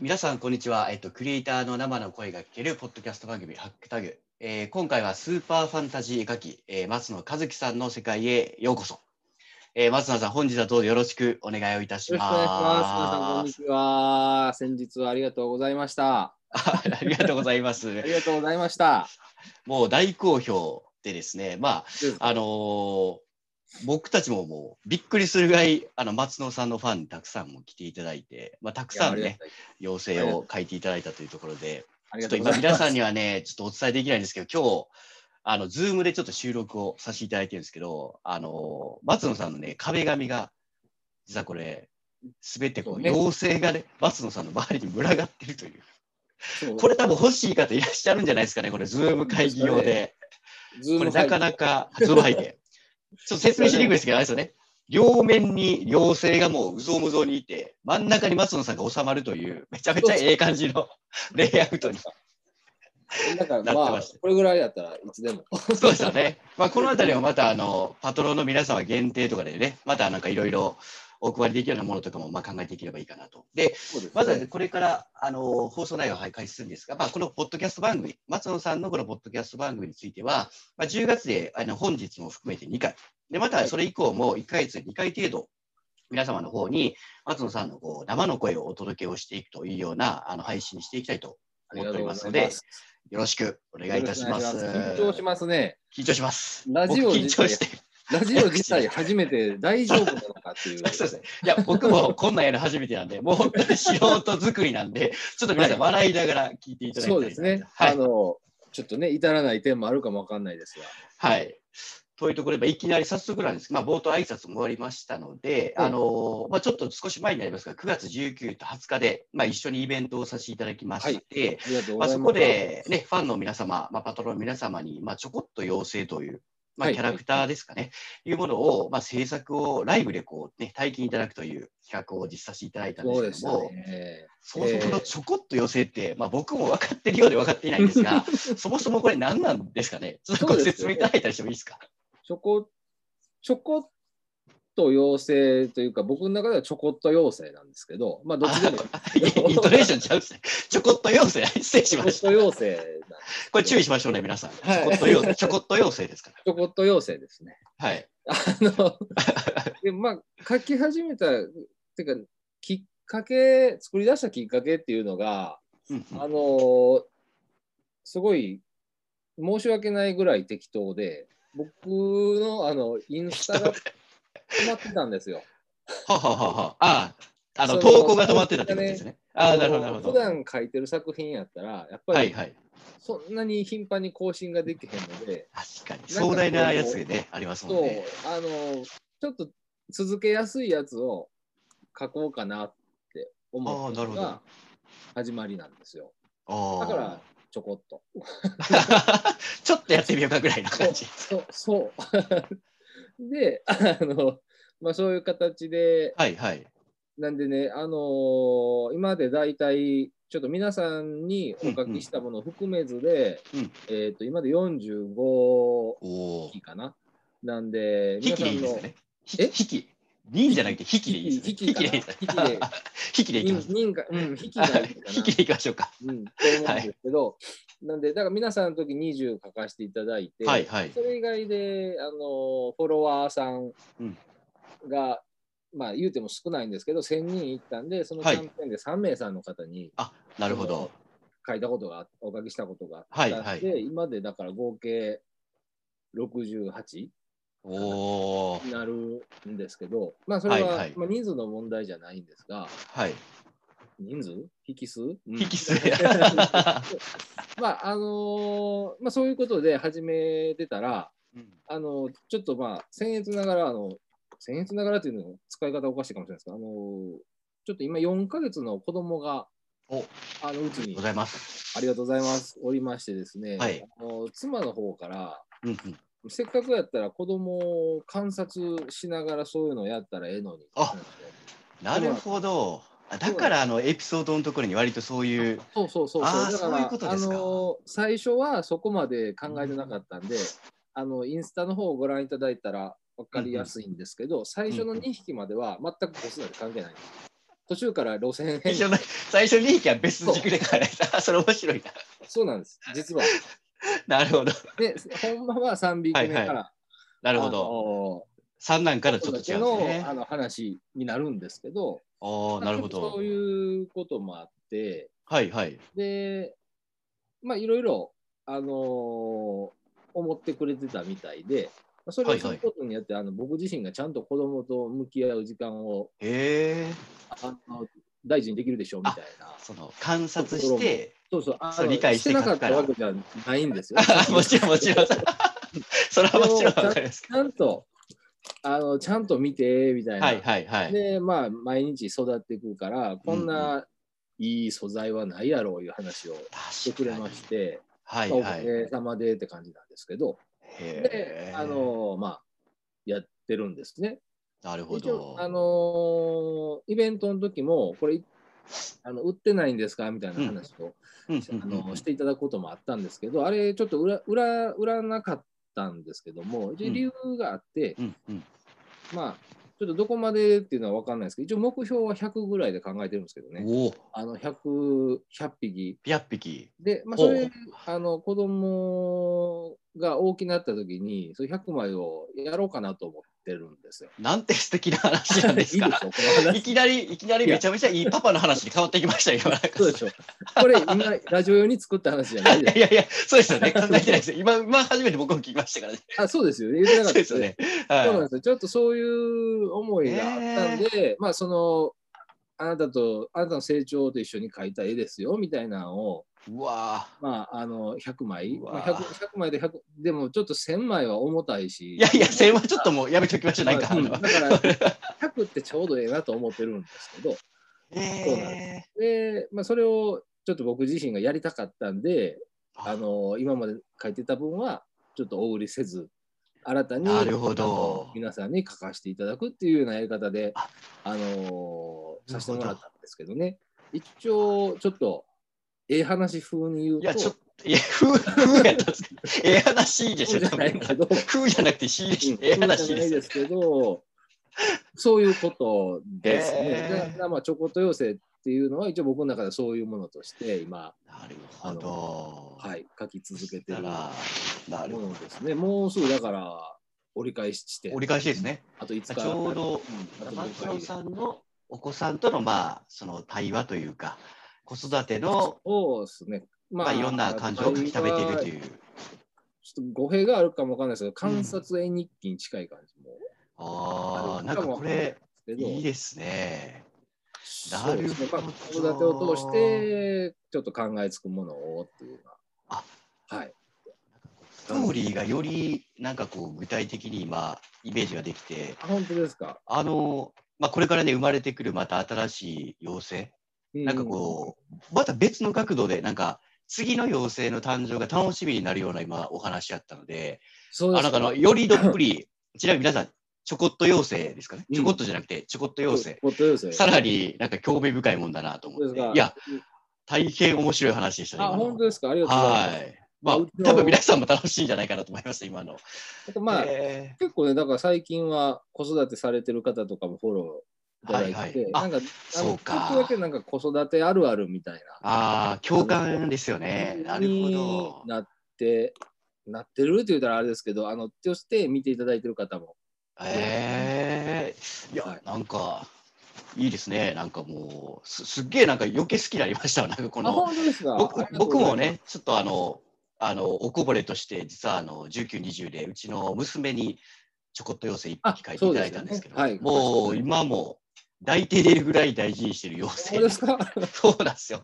皆さん、こんにちは。えっと、クリエイターの生の声が聞けるポッドキャスト番組、ハックタグ。えー今回はスーパーファンタジー絵描き、えー松野和樹さんの世界へようこそ。えー松野さん、本日はどうぞよろしくお願いをいたしよろましす。くお願いします。皆さん、こんにちは。先日はありがとうございました。 あありがとうございまあす。りがとうございました。もう大好評でですね、まですあ、あのー僕たちももうびっくりするぐらい、あの松野さんのファンたくさんも来ていただいて、まあ、たくさんね、要請を書いていただいたというところで、あちりょっがととうご今ざいま皆す。さんにはね、ちょっとお伝えできないんですけど、今日、あの、ズームでちょっと収録をさせていただいてるんですけど、あの、松野さんのね、壁紙が、実はこれ、すべてこそうう、ね妖精がね、松野さんの周りに群がってるという。そうこれ多分欲しい方いらっしゃるんじゃないですかね、これ、ズーム会議用で。ズーこムれなか会なか、ズーム背景。ちょっと説明しにくいですけど、あれですよね。両面に妖精がもううぞうむぞうにいて、真ん中に松野さんが収まるという、めちゃめちゃええ感じの レイアウトに議だかなら、ってままあした、これぐらいだったらいつでも。そうですよね。まあ、このあたりはまたあのパトロンの皆様限定とかでね、またなんかいろいろお配りできるようなものとかもまあ考えていければいいかなと。で、そうですねまずはねこれからあの放送内容を開始するんですが、まあ、このポッドキャスト番組、松野さんのこのポッドキャスト番組については、まあ、10月であの本日も含めて2回、でまたそれ以降も1ヶ月2回程度、皆様の方に松野さんのこう生の声をお届けをしていくというようなあの配信にしていきたいとあり思っておがとうりごますのざいでま、す。よろしくお願いいたします。よろくお願いします緊張しますね。緊張します。ラジオ僕緊自体張 してる。ラジオ自体初めて大丈夫なのかっていう。そうですね。いや、僕もこんなんやる初めてなん で、もう本当に素人作りなんで、ちょっと皆さん笑いながら聞いていただきたいなそうですね。はあい。の、ちょっとね、至らない点もあるかもわかんないですが。はい。というところで、いきなり早速なんですけど、まあ、冒頭挨拶も終わりましたので、うんあのまあ、ちょっと少し前になりますが、9月19と20日で、まあ、一緒にイベントをさせていただきまして、ありがとまうごあ、ざいそます。こで、ね、ファンの皆様、まあ、パトロンの皆様に、まあ、ちょこっと妖精という、まあ、はいキャラクターですかね、い、うものを、まあ、制作をライブでこう、ね、体験いただくという企画を実施させていただいたんそうでですしけどたも、ね。そもそもこのちょこっと妖精って、まあ、僕も分かってるようで分かっていないんですが、 そもそもこれ何なんですかね、ちょっとごそうです説よ明いねただいたりしてもいい ですか。ちょこ、ちょこっと妖精というか、僕の中ではちょこっと妖精なんですけど、まあ、どっち でも。ちょあいやイントネーションちゃうっすね。ちょこっと妖精、失礼しこまっしとた。妖精なんでこれ注意しましょうね、皆さん。ちはいょこっと妖精、ちょこっと妖精ですかちょこっと妖精ですね。ら。はい。あ の、でまあ、書き始めた、ていうか、きっかけ、作り出したきっかけっていうのが、うんうんあの、すごい、申し訳ないぐらい適当で、僕のあのインス タが止まってたんですよ。ははははああ、あのその投稿が止まってたってことですね。ああ、なるほど、なるほど。普段書いてる作品やったら、やっぱり、はいはい。そんなに頻繁に更新ができへんので、確かに。壮大なやつがね、ありますそもんうね。、あの、ちょっと続けやすいやつを書こうかなって思ったのあーなるほが始まりなんですよ。だだから、ちょこっと。 ちょっとやってみようかぐらいのそ感う、 じ。そう。そう で、あの、まあそういう形で、はいはい。なんでね、あのー今まで大体、ちょっと皆さんにお書きしたものを含めずで、うんえっ、と、今まで45おお。匹かな。なんで、引皆きさでいいんですのかね。え引き。人じゃなくて引きでいいですね。引き引きかな引きでいい ですね引きでいきます。人人か、うん、引きがい いかな。引きでいきましょうか。うん、と思うんですけど、なんで、だから皆さんの時20書かせていただいて、はいはいそ。れ以外で、あの、フォロワーさんうんが、まあ言うても少ないんですけど、1000人いったんで、そのキはいャンペーンで3名さんの方にあ、なるほど。書いたことが、お書きしたことがあったんで、はいは今でだから合計68おお。になるんですけど、まあそれは、はいはいまあ、人数の問題じゃないんですが、はい。人数引数引き数。 まああのーまあ、そういうことで始めてたら、うんあのーちょっとまあ僭越ながらあの僭越ながらというのも使い方おかしいかもしれないですけど、あのーちょっと今4ヶ月の子供がおあのうちにございます。ありがとうございますおりましてですね、はいあのー妻の方からうんうん。せっかくやったら子供を観察しながらそういうのやったらええのにあなるほど。あだからあのエピソードのところに割とそういう。そうそうそうあーだそういうことですかあのー最初はそこまで考えてなかったんで、あのインスタの方をご覧いただいたら分かりやすいんですけど、最初の2匹までは全く子育て関係ないんです。途中から路線変最更 初の最初利益は別軸で考えた。 それ面白いそうなんです、実は。な。なるほど。で、本場は3匹目はから、いななるほど。三男からちょっと違うんですのね。あの話になるんですけど、おおなるほまあそどう。いうこともあって、はいはい。で、まあ、いろいろ、あのー思ってくれてたみたいで、まあそれをすることによって、あの僕自身がちゃんと子供と向き合う時間をへえ。あの大事にできるでしょうみたいな。その観察して、そうそう、あそう理解してな書くかっかたら。わけじゃないんですよ もちろんもちろん。 それはもちろんわかります。ちゃんと、あのちゃんと見て、みたいな。はいはいはい。で、まあ、毎日育っていくから、こんないい素材はないやろういう話をし確てくれかにまして、はいまあおはかい。げさまでって感じなんですけど、へでえ、あのまあ、やってるんですね。なるほ一ど、。応あのイベントの時も、これ、あの売ってないんですかみたいな話を、うんうんあうんのしていただくこともあったんですけど、あれ、ちょっと裏裏売らなかったんですけども、一応理由があって、うんうんまあ、ちょっとどこまでっていうのは分かんないですけど、一応目標は100ぐらいで考えてるんですけどね、おお、あの 100, 100匹。 100匹。で、まあ、ほうそれ、あの子供が大きくなった時に、それ100枚をやろうかなと思ってるんですよ。なんて素敵な話なんです いいでかし。ょ、このい話。きなり、いきなりめちゃめちゃいいパパの話に変わってきましたよ。今なんかそうでしょ。これ、今、ラジオ用に作った話じゃない でいやいや、そうですよね。考えてないですよ。今、今初めて僕も聞きましたからね。す。あ、そうですよね。言ってなそかっうたですよね。そうなんはですよ。ちょっとそういう思いがあったんで、まあ、その、あなたと、あなたの成長と一緒に描いた絵ですよ、みたいなのを、い。うわぁ。まあ、あの、100枚、うまわあ、100, 100枚で100、でもちょっと1000枚は重たいし。いやいや、それはちょっともうやめておきましょう。なんか、あまあうんのだから、100ってちょうどええなと思ってるんですけど、えで、まあ、それをちょっと僕自身がやりたかったんで、ーあの今まで書いてた分はちょっとお売りせず新たになるほどあの皆さんに書かせていただくっていうようなやり方でああのなるほどさせてもらったんですけどね一応ちょっとええ話風に言ういとや、ちょっと、いや、ふう、ふうやったんですけど、ええ話いいでしそょ、うじゃないけどふうじゃなくて、しいでしょ、うんええそう話じいゃいでないすでよ。すけどそういうことですね。へえだからまあ、チョコと妖精っていうのは一応僕の中でそういうものとして今、なるほど。。はいい、書き続けてだるなも、なるほど。のですね。もうすぐだから折り返し地点折り返しですね。あと5日。ちょうどうん、あと松5野日さんのお子さんとの、まあ、その対話というか、子育ての、そうですね。ままあ、いろんな感情を書き溜めているという。ちょっと語弊があるかもわかんないですけど、観察絵日記に近い感じも。ああ、あなんかこれ、けどいいですね。そうですねなるほどまあ子育てを通して、ちょっと考えつくものをっていうのは。あはい。ストーリーがより、なんかこう、具体的に今、イメージができて、あ本当ですか。あの、まあ、これからね、生まれてくるまた新しい妖精、なんかこう、また別の角度で、なんか、次の妖精の誕生が楽しみになるような今、お話やったので、うん、そうであすなんかあかの、よりどっぷり、ちなみに皆さん、ちょこっと妖精ですかね、うんちょこっとじゃなくて、ちょこっと妖ポッド妖精、精。さらになんか興味深いもんだなとそう思でっすかて、いや、、大変面白い話でしたね。あ、今の本当ですか。ありがとうございます。はい。まあうち、の多分皆さんも楽しいんじゃないかなと思います、今の。あとまあ、え結構ね、だから最近は子育てされてる方とかもフォローいただいて、はいはいあなんか、あそうのかちょっとだけなんか子育てあるあるみたいーああ、共感ですよね。な、なるほどに。なって、なってるって言ったらあれですけど、あの、として見ていただいてる方も、ええいや、はいなんか、いいですね。なんかもう、すすっげえなんか余計好きになりましたわ。なんかこあ、の、本当ですか。あ僕りがとう僕ございますも、ね、ちょっとあの、あの、おこぼれとして、実はあの、19、20で、うちの娘にちょこっと妖精一あ匹書いていただいたんですけど、そうですよねはいもう今も抱いて出るぐらい大事にしてる妖精そうですか。 そうなんですよ。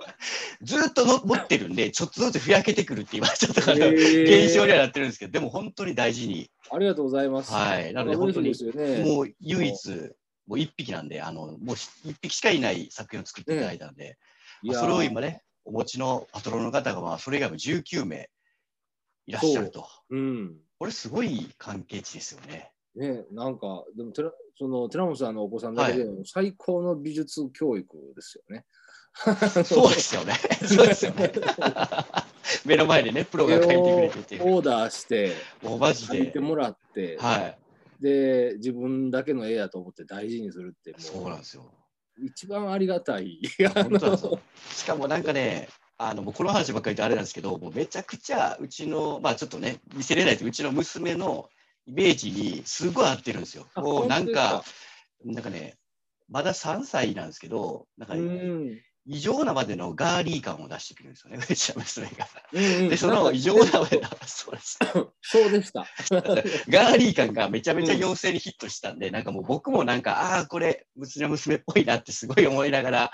ずーっとの持ってるんで、ちょっとずつふやけてくるって今、ちょっとあの現象にはなってるんですけど、でも本当に大事に、ありがとうございます。はい、なので本嬉し当いにですよね。もう唯一、もう1匹なんで、あのもうし1匹しかいない作品を作っていただいたんで、いやそれを今ね、お持ちのパトロンの方が、まあ、それ以外も19名いらっしゃると。うん。これすごい関係値ですよね。ね、なんか、でも、寺その寺本さんのお子さんだけで、最高の美術教育ですよね。そうですよね。そうですよ ね。目の前でね、プロが書いてくれてっていう。オーダーして、もうマジ借りでて。もらって、はい。で、自分だけの絵やと思って大事にするって、そうもなんうですよ。一番ありがたい。本当なんですよしかもなんかね、あのもうこの話ばっかりであれなんですけど、もうめちゃくちゃうちの、まあちょっとね、見せれないですけどうちの娘のイメージにすごい合ってるんですよ。あもうなん本か、なんかね、まだ3歳なんですけど、なん当かですかうね、ん。異常なまでのガーリー感を出してくるんですよね、うちの娘が。うんうんで、そなんのか異常なまでの、そうです。そうでした。ガーリー感がめちゃめちゃ妖精にヒットしたんで、なんかもう僕もなんか、ああー、これ、うちの娘っぽいなってすごい思いながら、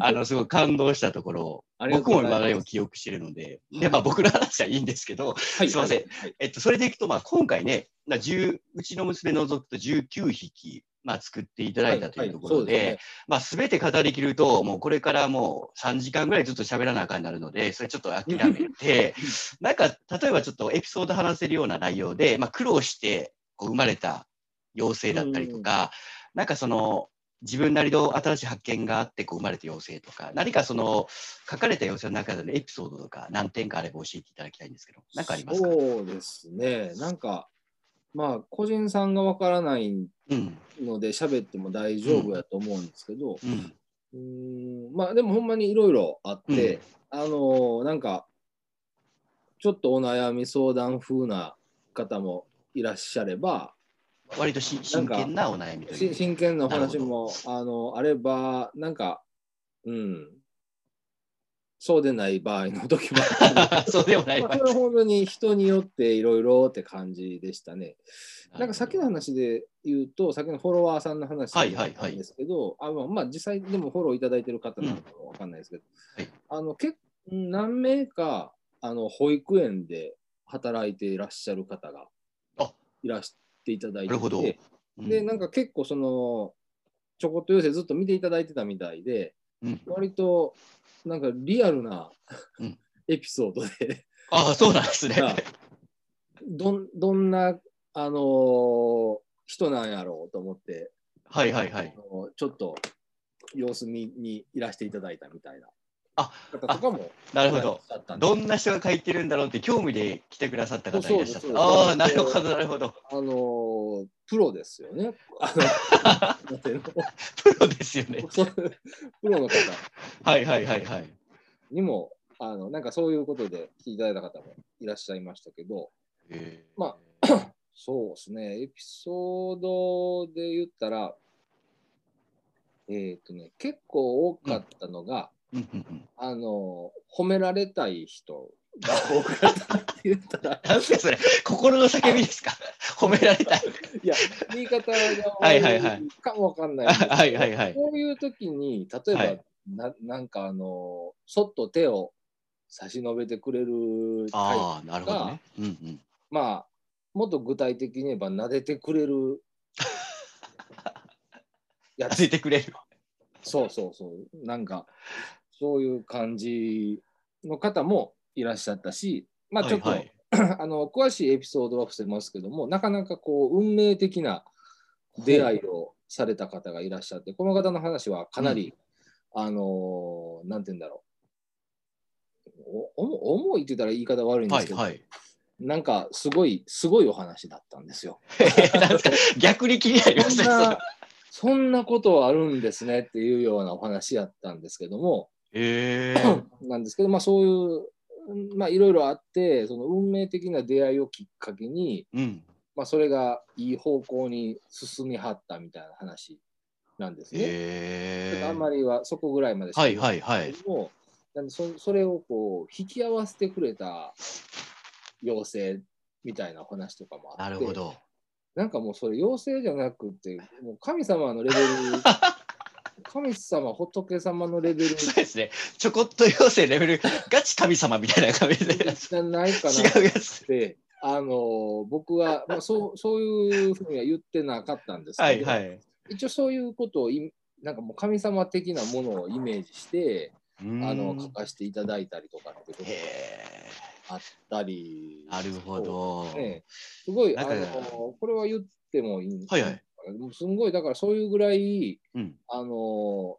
あの、すごい感動したところ、ありがと僕うごもざ今いますだを記憶してるので、で、まあ僕の話はいいんですけど、はすいませんはいえっと、それでいくと、まあ今回ね、まあ10うちの娘除くと19匹、まあ作っていただいたというところで、はいはいまあ全て語りきると、もうこれからもう3時間ぐらいずっと喋らなあかんなるので、それちょっと諦めて、なんか例えばちょっとエピソード話せるような内容で、まあ苦労してこう生まれた妖精だったりとか、なんかその、自分なりの新しい発見があってこう生まれた妖精とか、何かその書かれた妖精の中でのエピソードとか何点かあれば教えていただきたいんですけど、何かありますかそうですね。なんか、まあ、個人さんがわからないうん。ので喋っても大丈夫やと思うんですけど、うん。うーん、まあ、でもほんまにいろいろあって、うんあのーなんか、ちょっとお悩み相談風な方もいらっしゃれば、割とし真剣なお悩みといしう。真剣なおな話るもあのあれば、なんか、うん、そうでない場合の時もあ るそうでもないまわあ、それは本当に人によっていろいろって感じでしたね。なんかさっきの話で言うと、さっきのフォロワーさんの話はいはいはいなんですけど、あまあまあ、実際でもフォローいただいてる方なのかわかんないですけど、はいあの結何名かあの保育園で働いていらっしゃる方があいらしていただいてて、なるほどうんで、なんか結構その、ちょこっと寄せずっと見ていただいてたみたいで、うん割となんかリアルなうんエピソードで、ああ、そうなんですね。あどんどんな、あのー人なんやろうと思って、はいはいはいあ。のちょっと様子見にいらしていただいたみたいなあ方とかもなるほど。だったんでどんな人が書いてるんだろうって興味で来てくださった方いらっしゃっそうそうそうた。ああ、なるほど、なるほど。あのープロですよね。あのなんていう のプロですよね。そうプロの方はいはいはいはい。にもあのなんかそういうことで聞いていただいた方もいらっしゃいましたけどえーまそうですねエピソードで言ったらえっ、とね結構多かったのが、うんうんうんあの褒められたい人が多かったって言ったらなんすかそれ、心の叫びですか褒められたい。いや言い方がはいはいはいかもわかんないんですけ どはいはいはい。こういう時に、例えば、はいななんかあの、そっと手を差し伸べてくれるタイプああ、なるほどね。うんうん。まあ、もっと具体的に言えば、撫でてくれる やついつ。てくれる。そうそうそう。なんか、そういう感じの方もいらっしゃったし、まあちょっと、はいはいあの詳しいエピソードは伏せますけども、なかなかこう運命的な出会いをされた方がいらっしゃって、この方の話はかなり、あのーなんて言うんだろう。お重重いって言ったら言い方悪いんではすいけど、はい。なんかすごい、すごいお話だったんで すよ。なんですか逆に気になりましそんたねそれな、そんなことあるんですねっていうようなお話やったんですけども、えーなんですけど、まあそういう、うんまあいろいろあって、その運命的な出会いをきっかけに、うん。まあそれがいい方向に進みはったみたいな話なんですね。ちょっえとーあんまりはそこぐらいまでしかはいはいはい。もうなんでそそれをこう引き合わせてくれた妖精みたいなお話とかもあなってるほど。なんかもうそれ妖精じゃなくてもう神様のレ ベル神様仏様のレベルそうですね。ちょこっと妖精レベル、ガチ神様みたいな感じで。じゃないかな違うやつっ。てあの僕は、まあ、そうそういうふうには言ってなかったんですけど、はいはい。一応そういうことをいなんかもう神様的なものをイメージしてあの書かせていただいたりとかってことへえ。あったり。なるほど。ね、すごい、なあんかの、これは言ってもいいんですはいはい。もうすんごい、だからそういうぐらい、うん。あの、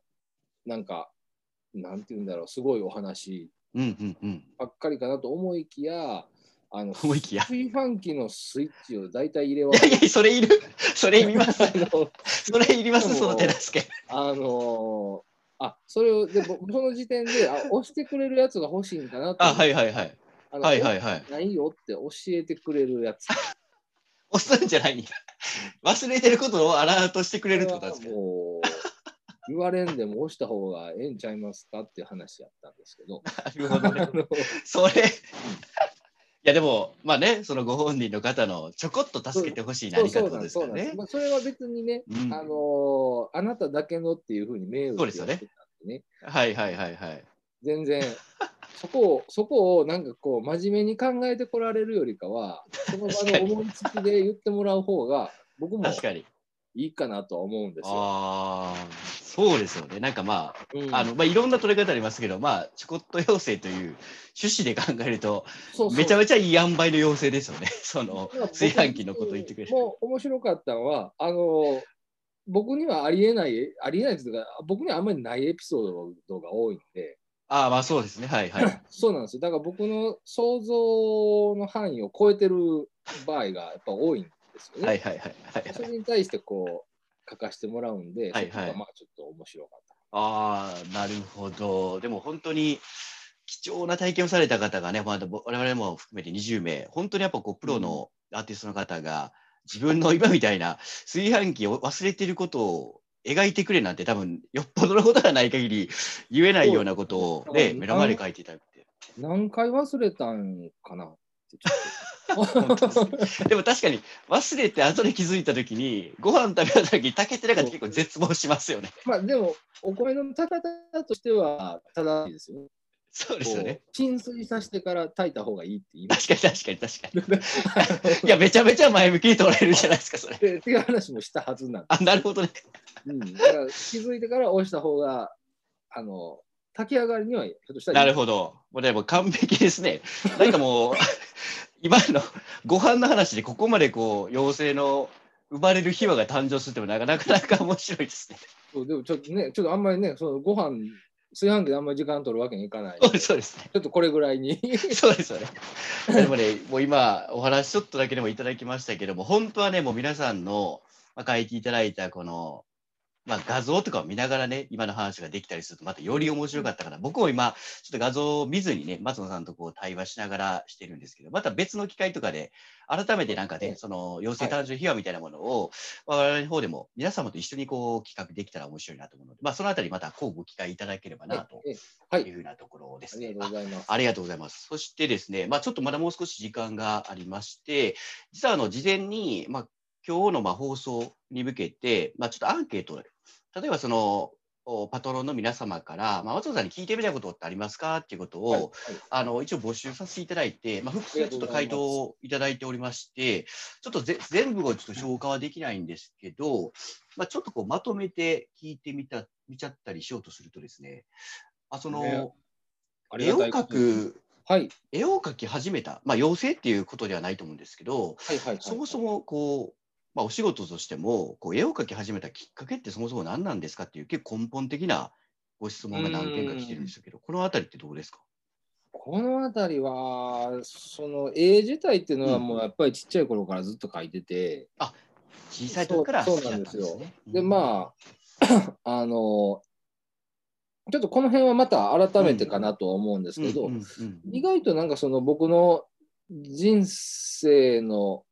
なんか、なんて言うんだろう、すごいお話うんうんうん。ばっかりかなと思いきや、ああの、思いきや。炊飯器のスイッチを大体入れ忘いやれいや、それいる。それいり ます。のそれいります、その手助け。あのーあ、それを、で、ぼその時点で、 あ、押してくれるやつが欲しいんだなと。あ、はいはいはい。あのはいはいはい。ないよって教えてくれるやつ。押すんじゃないんだ。忘れてることをアラートしてくれるってことなんですけど。もう、言われんでも押した方がええんちゃいますかっていう話やったんです けど。なるほどね。それ。いやでも、まあね、そのご本人の方のちょこっと助けてほしい何かってことですそかうらなんねです。。まあ、それは別にね、うんあのーあなただけのっていうふうに銘打ってそうですよねやってたんでねはいはいはいはい。全然そこをそこをなんかこう真面目に考えてこられるよりかはその場確かのに思いつきで言ってもらう方が僕も確かに。いいかなとは思うんですよ。ああ、そうですよね。なんかまあ、うんあの、まあいろんな取り方ありますけど、まあ、ちょこっと要請という趣旨で考えると、そうそうめちゃめちゃいい塩梅の要請ですよね。 そのまあ僕炊飯器のこと言ってくれる。もう面白かったのはあのー僕にはありえないありえないというか僕にはあんまりないエピソードが多いんで。ああ、まあそうですね。はいはい。そうなんですよ。だから僕の想像の範囲を超えてる場合がやっぱ多いんですよね。はいはいはいはいそ。れに対してこう書かせてもらうんで、はいはいそこがまあちょっと面白かっああ、なるほど。でも本当に貴重な体験をされた方がね、まあ、我々も含めて20名、本当にやっぱこうプロのアーティストの方が、自分の今みたいな炊飯器を忘れてることを描いてくれなんて、多分よっぽどのことがない限り言えないようなことを、そうね、そう目の前で書いていただいて。た。何回忘れたんかなってちょっ本当 とですねでも確かに忘れて後で気づいた時にご飯食べた時に炊けてなかったら結構絶望しますよね。まあでも、お米の炊き方としては正しいですよね。そうですよねこ。う浸水させてから炊いた方がいいって 言います。確かに確かに確かに。いや、めちゃめちゃ前向きに捉えるじゃないですか、それ。っていう話もしたはずなんであ、なるほどね。うん、だから気づいてから押した方が、あの、炊き上がりにはひょっとしたらないいるほど。もうでも完璧ですね。なんかもう、 今のご飯の話でここまでこう、妖精の生まれる秘話が誕生するってもなかなかなか面白いですね。そうでもちょっとね、ちょっとあんまりね、そのご飯炊飯器であんまり時間取るわけにいかない。そうでちすそうですね。ょっとこれぐらいに。 そうですよね。でもね、もう今、お話ちょっとだけでもいただきましたけども、本当はね、もう皆さんの、まあ、書いていただいたこの、まあ、画像とかを見ながらね、今の話ができたりすると、またより面白かったから、僕も今、ちょっと画像を見ずにね、松野さんとこう対話しながらしてるんですけど、また別の機会とかで、改めてなんかはね、いその、妖精誕生秘話みたいなものを、まあ我々の方でも皆様と一緒にこう企画できたら面白いなと思うので、まあ、そのあたりまた交互機会いただければなとええはいいうふうなところですあね。りがとうございます。ありがとうございます。そしてですね、まあ、ちょっとまだもう少し時間がありまして、実はあの事前に、まあ、今日のまあ放送に向けて、まあ、ちょっとアンケートで、例えばそのおパトロンの皆様から、まあ、松尾さんに聞いてみたいことってありますかっていうことを、はいはいあの一応募集させていただいて、まあ、複数ちょっと回答をいただいておりまして、ちょっとぜ全部をちょっと消化はできないんですけど、まあ、ちょっとこうまとめて聞いてみた見ちゃったりしようとするとですね、あその、ねあり絵がをたい描くはい。絵を描き始めた、まあ、妖精っていうことではないと思うんですけど、はいはいはい。そもそもこう、まあ、お仕事としてもこう絵を描き始めたきっかけってそもそも何なんですかっていう結構根本的なご質問が何件か来てるんですけど、このあたりってどうですかこの辺りは、その絵自体っていうのはもうやっぱりちっちゃい頃からずっと描いてて、小さい時からそう好きだったんですね。そうなんでうんまあ、 あの、ちょっとこの辺はまた改めてかなとは思うんですけど、うんうんうん意外となんかその僕の人生の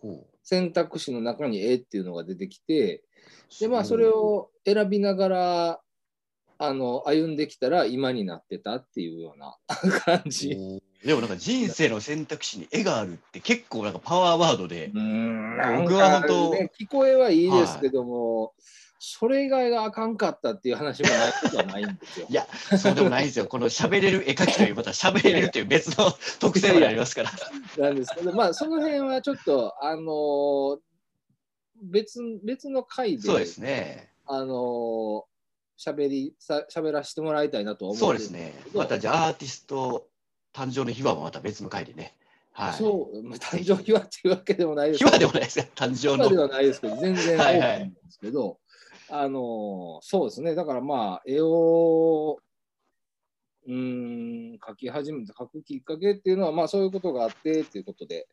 ほう選択肢の中に絵っていうのが出てきてでまあそれを選びながらあの歩んできたら今になってたっていうような 感じ。おーでもなんか人生の選択肢に絵があるって結構なんかパワーワードで、僕僕は本当。聞こえはいいですけども、それ以外があかんかったっていう話もないことはないんですよいやそうでもないんですよ。この喋れる絵描きという、また喋れるという別の特性がありますから。なんですけどまあその辺はちょっとあの別別の回でそうですね。あのー、喋りさ喋らせてもらいたいなとは思そううんでですすけね。どまたじゃあアーティスト誕生の秘話もまた別の回でね。はい。そう、まあ、誕生秘話っていうわけでもないです秘話でもないですね。誕生秘話での。はないですけど、全然はいはいオープンなんですけど、あのーそうですね、だからまあ、絵をうーん、書き始めた、書くきっかけっていうのは、まあそういうことがあってっていうことで、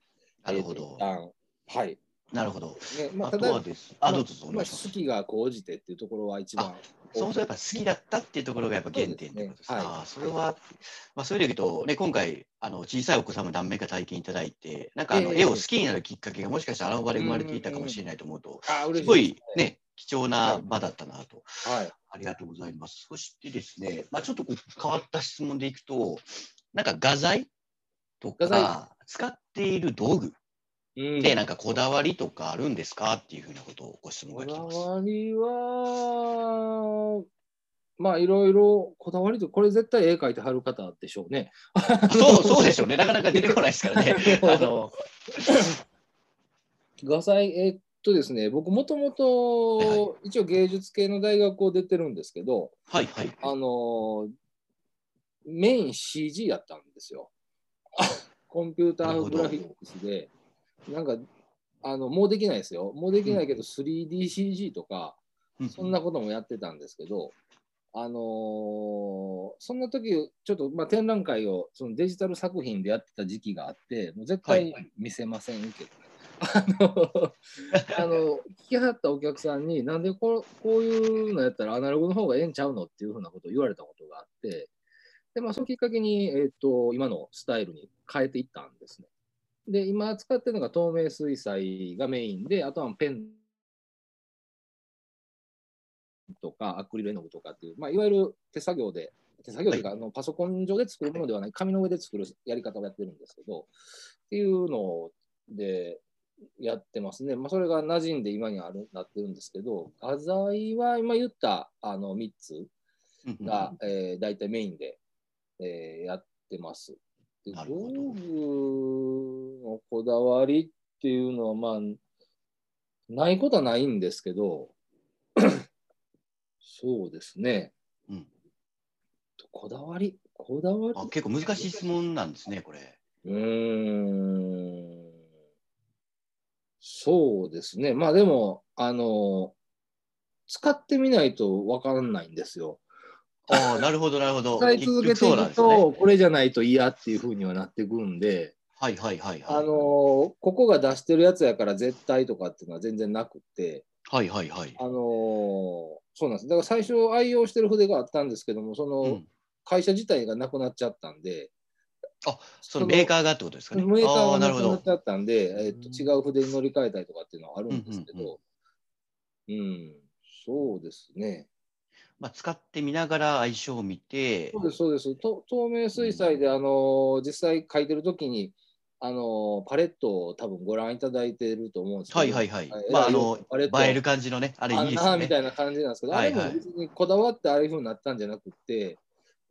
なるほど一。旦はい。なるほど。ね、まあ、あたとだは、です。あ、まどうぞどうぞおま願あ、いします好。きが高じてっていうところは一番。そもそもやっぱ好きだったっていうところがやっぱ原点ってことですか。そうですねはいああそれは、まあ、そういう意味で言うと、ね、今回、あの小さいお子様何名か体験いただいて、なんかあのええ絵を好きになるきっかけがもしかしたら現れ生まれていたかもしれないと思うと、あー、嬉すしいごいですね、貴重な場だったなと。はい。ありがとうございます。そしてですね、まあ、ちょっとこう変わった質問でいくと、なんか画材と画材か、使っている道具うんで、なんかこだわりとかあるんですかっていうふうなことをご質問こが来だてます。わりは、まあいろいろこだわりと、これ絶対絵描いてはる方でしょうね。あそうそうでしょうね、なかなか出てこないですから ね。あ の画材、えっとですね、僕もともはいと一応芸術系の大学を出てるんですけど、はいはい。あのメイン CG だったんで すよ。コンピューターグラフィックスで、なんか、あのもうできないですよ。もうできないけど 3DCG とか、うそんなこともやってたんですけど、あのーそんな時ちょっと、まあ、展覧会をそのデジタル作品でやってた時期があって、もう絶対見せません けどね。あのあの聞きはったお客さんに、なんでここういうのやったらアナログの方がええんちゃうのっていうふうなことを言われたことがあって、でまあ、そのきっかけに、えっと今のスタイルに変えていったんですね。で、今使ってるのが透明水彩がメインで、あとはペンとかアクリル絵の具とかっていう、まあ、いわゆる手作業で、手作業というか、あのパソコン上で作るものではない、紙の上で作るやり方をやってるんですけど、っていうのでやってますね。まあ、それが馴染んで今にあるなってるんですけど、画材は今言ったあの3つうんが、えー、大体メインで、えーやってます。でなるほど道具のこだわりっていうのは、まあ、ないことはないんですけど、 そうですね。うんこだわり、こだわり。あ結構難しい質問なんですね、これ。うーんそうですね。まあでも、あの、使ってみないと分からないんですよ。ああ、 なるほど、なるほど。使い続け結てい局そうなんくですね。と、これじゃないと嫌っていうふうにはなってくんで、はいはいはいはい。あの、ここが出してるやつやから絶対とかっていうのは全然なくって、はいはいはいあ。の、そうなんです。だから最初愛用してる筆があったんですけども、その、うん会社自体がなくなっちゃったんで、あそのメーカーがってことですかね。メーカーあがあななるほくなっど。ちゃったんで、えっとうん違う筆に乗り換えたりとかっていうのはあるんですけど、うんそうですね。まあ、使ってみながら相性を見てそ、うです、そうです。と透明水彩で、あの実際書いてるときに、あのパレットを多分ご覧いただいてると思うんですけど、はいはいはいは。まあ、あの、あれと映える感じのね、あれいいですよあんなみね。たいな感じなんですけど、はいはいあれも別にこだわってああいうふうになったんじゃなくて、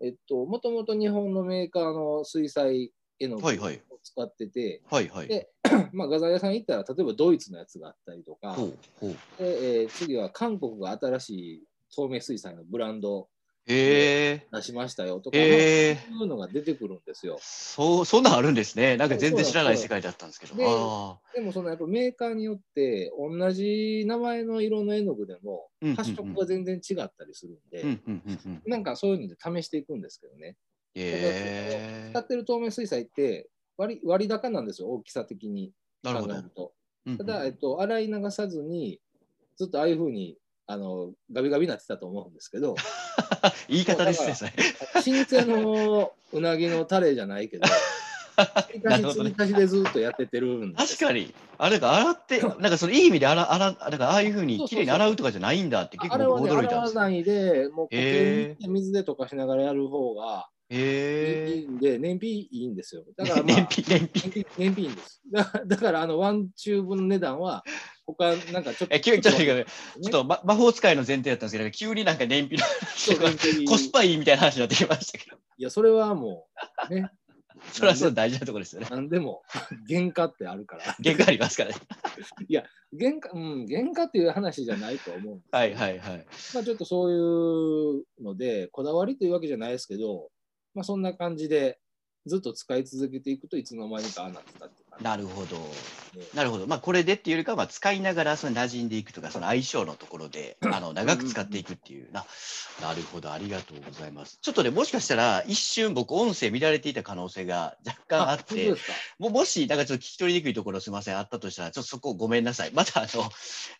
えっと、もともと日本のメーカーの水彩絵の具をはいはい使ってて、はいはい。でまあ、画材屋さん行ったら、例えばドイツのやつがあったりとか、ほうほう。で、えー次は韓国が新しい透明水産のブランドへえ。出しましたよとか、へーまあそういうのが出てくるんですよ。そう、そんなんあるんですね。なんか全然知らない世界だったんですけど。そうなんですああ。でもそのやっぱメーカーによって同じ名前の色の絵の具でもうんうんうん発色が全然違ったりするんで、うんうんうんうん。なんかそういうので試していくんですけどね。へえ使。ってる透明水彩って割割高なんですよ、大きさ的にな考るほどえ。ると。うんうんた だ、えっと、洗い流さずに、ずっとああいうふうにあのガビガビになってたと思うんです けど、言い方ですね、それ。新鮮のうなぎのタレじゃない けど、なるほどつ足しつね足しでずっとやってってるんで確かに、あれが洗って、なんかそのいい意味で洗、洗、なんかああいうふうに綺麗に洗うとかじゃないんだって結あれ構は僕ね、驚いたん洗でわすよ。ないで、もう固へ形に水で溶かしながらやる方がいへいえ。んで、燃費いいんですよ。だから、まあ燃、費、燃費。燃費燃費いいんです。だだから、あの、ワンチューブの値段は、他なんかちょっと。え、急にちょっと、ちょねっとま魔法使いの前提だったんですけど、急になんか燃費のち話とょっとか 燃費いいコスパいいみたいな話になってきましたけど、いや、それはもう、ね、それはそう大事なところですよね。なんでも、 原価ってあるから。限界あります からね。原価、うん、原価っていう話じゃないと思うんですよはいはいはい。まあ、ちょっとそういうので、こだわりというわけじゃないですけど、まあ、そんな感じで、ずっと使い続けていくといつの間にかああなってたって感なるほど。なるほど。まあ、これでっていうよりかは、使いながらその馴染んでいくとか、その相性のところで、あの、長く使っていくっていうな。なるほど。ありがとうございます。ちょっとね、もしかしたら、一瞬僕、音声乱れていた可能性が若干あっ本当でて、すかももし、なんかちょっと聞き取りにくいところすみません、あったとしたら、ちょっとそこごめんなさい。また、あ の、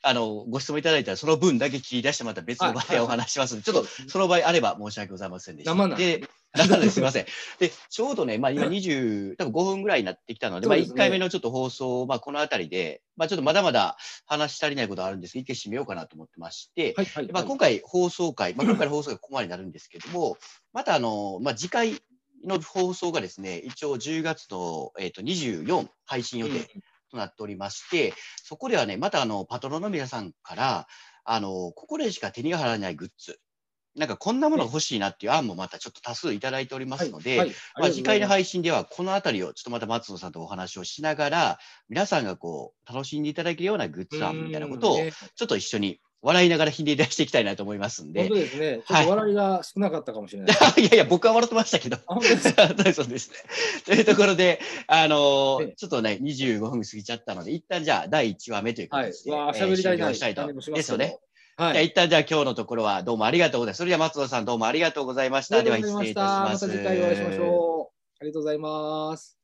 あの、ご質問いただいたら、その分だけ切り出して、また別の場はい合お話しますので、ちょっと、その場合あれば申し訳ございませんでした。生なんでで生ですいません。 で、ちょうどね、まあ今20、多分5分ぐらいになってきたので、まあそうです1ね回目のちょっと放送、まあこのあたりで、まあちょっとまだまだ話し足りないことあるんですけど、一回締めようかなと思ってまして、はいはい、まあ、今回放送回、 まあ、今回の放送がここまでになるんですけども、またあの、まあ、次回の放送がですね、一応10月の、えー、と24配信予定となっておりまして、そこではね、またあのパトロンの皆さんから、あのここでしか手に入らないグッズ、なんかこんなものが欲しいなっていう案もまたちょっと多数いただいておりますので、まあ、次回の配配信ではこのあたりをちょっとまた松野さんとお話をしながら、皆さんがこう楽しんでいただけるようなグッズ案みたいなことをちょっと一緒に笑いながらひねり出していきたいなと思いますん本で当。ですね。ちょはっいと笑いが少なかったかもしれ ない。いやいや、僕は笑ってましたけど。あ本当ですかそうですね。 というところで、あのーええちょっとね、25分過ぎちゃったので、一旦じゃあ、第1話目というはい形。で、わあ、えー喋りたい終な了したいと。感じもしまですよね。。はじゃあい。一旦じゃあ、今日のところはどうもありがとうございます。それでは松野さん、どうもありがとうございました。では、あり失がとうござ礼いいたしまましたす。また次回お会いしましょう。ありがとうございます。